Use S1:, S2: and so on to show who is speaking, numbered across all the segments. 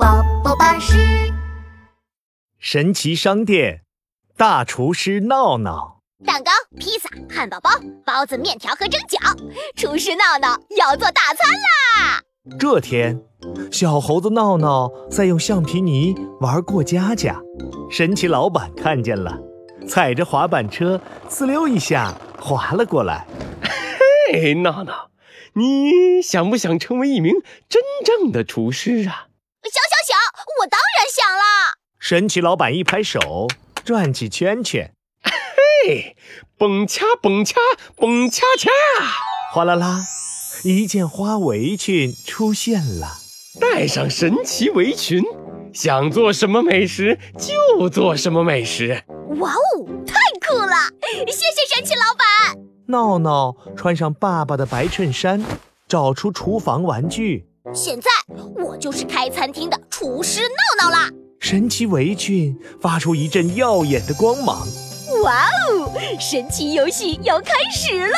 S1: 巴士。
S2: 神奇商店，大厨师闹闹，
S1: 蛋糕、披萨、汉堡包、包子、面条和蒸饺，厨师闹闹要做大餐啦！
S2: 这天，小猴子闹闹在用橡皮泥玩过家家，神奇老板看见了，踩着滑板车呲溜一下滑了过来。
S3: 哎，闹闹，你想不想成为一名真正的厨师啊？
S1: 想想想，我当然想啦！
S2: 神奇老板一拍手，转起圈圈，
S3: 哎，蹦恰蹦恰蹦恰恰！
S2: 哗啦啦，一件花围裙出现了。
S3: 带上神奇围裙，想做什么美食就做什么美食。
S1: 哇哦，太酷了！谢谢神奇老板。
S2: 闹闹穿上爸爸的白衬衫，找出厨房玩具，
S1: 现在我就是开餐厅的厨师闹闹啦！
S2: 神奇围裙发出一阵耀眼的光芒。
S1: 哇哦，神奇游戏要开始喽！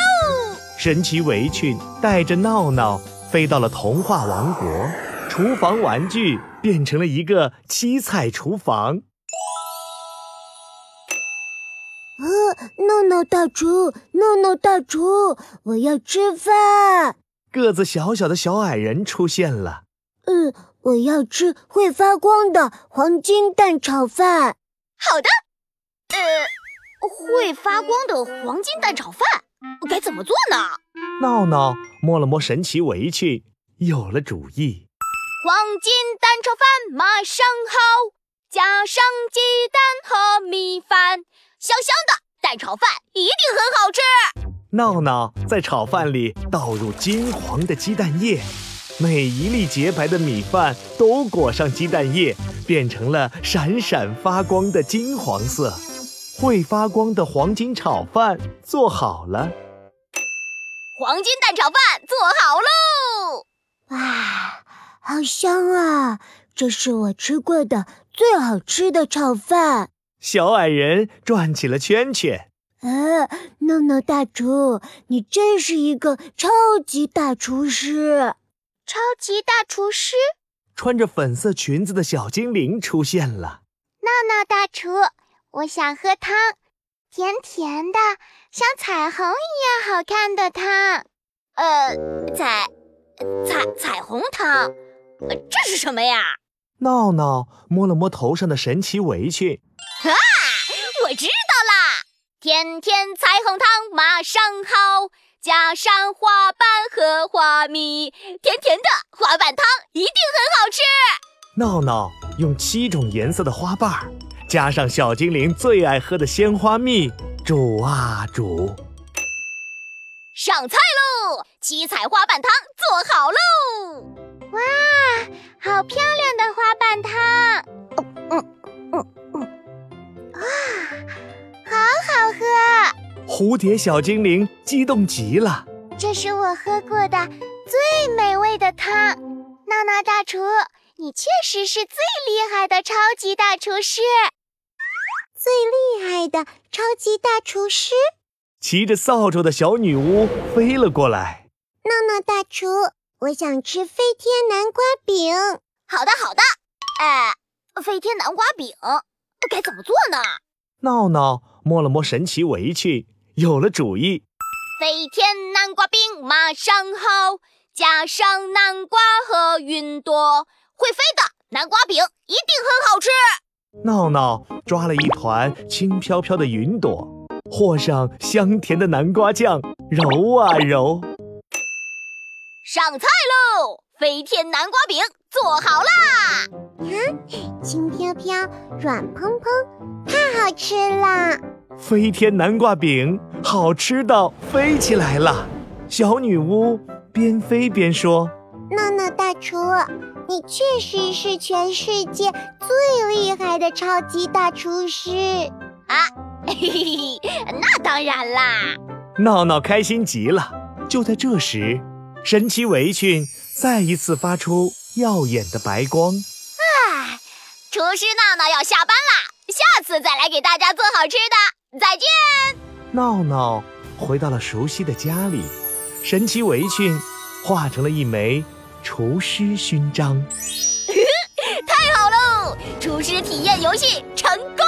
S2: 神奇围裙带着闹闹飞到了童话王国，厨房玩具变成了一个七彩厨房。
S4: 闹闹大厨，闹闹大厨，我要吃饭。
S2: 个子小小的小矮人出现了，
S4: 嗯，我要吃会发光的黄金蛋炒饭。
S1: 好的，呃，会发光的黄金蛋炒饭该怎么做呢？
S2: 闹闹摸了摸神奇围裙，有了主意。
S1: 黄金蛋炒饭马上好，加上鸡蛋和米饭，香香的蛋炒饭一定很好吃。
S2: 闹闹在炒饭里倒入金黄的鸡蛋液，每一粒洁白的米饭都裹上鸡蛋液，变成了闪闪发光的金黄色。会发光的黄金炒饭做好了，
S1: 黄金蛋炒饭做好喽！
S4: 哇，好香啊！这是我吃过的最好吃的炒饭。
S2: 小矮人转起了圈圈。
S4: 呃，闹闹大厨，你真是一个超级大厨师。
S1: 超级大厨师
S2: 穿着粉色裙子的小精灵出现了。
S1: 闹闹大厨，我想喝汤，甜甜的，像彩虹一样好看的汤。呃，彩彩彩虹汤，呃这是什么呀？
S2: 闹闹摸了摸头上的神奇围裙，
S1: 我知道啦，天天彩虹汤马上好，加上花瓣和花蜜，甜甜的花瓣汤一定很好吃。
S2: 闹闹用七种颜色的花瓣儿，加上小精灵最爱喝的鲜花蜜，煮啊煮。
S1: 上菜喽！七彩花瓣汤做好喽！哇，好漂亮的花瓣汤！
S2: 蝴蝶小精灵激动极了，
S1: 这是我喝过的最美味的汤。闹闹大厨，你确实是最厉害的超级大厨师。
S4: 厉害的超级大厨师，
S2: 骑着扫帚的小女巫飞了过来。
S4: 闹闹大厨，我想吃飞天南瓜饼。
S1: 好的，好的。哎，飞天南瓜饼该怎么做呢？
S2: 闹闹摸了摸神奇围裙，有了主意。
S1: 飞天南瓜饼马上好，加上南瓜和云朵，会飞的南瓜饼一定很好吃。
S2: 闹闹抓了一团轻飘飘的云朵，和上香甜的南瓜酱，揉啊揉。
S1: 上菜喽！飞天南瓜饼做好啦！
S4: 轻飘飘，软蓬蓬，太好吃了！
S2: 飞天南瓜饼好吃到飞起来了。小女巫边飞边说
S4: 闹闹大厨，你确实是全世界最厉害的超级大厨师。
S1: 嘿嘿嘿，那当然啦！：“
S2: 闹闹开心极了。”就在这时，神奇围裙再一次发出耀眼的白光。
S1: 唉，厨师闹闹要下班啦，下次再来给大家做好吃的。再见！
S2: 闹闹回到了熟悉的家里，神奇围裙化成了一枚厨师勋章。
S1: 太好喽！厨师体验游戏成功。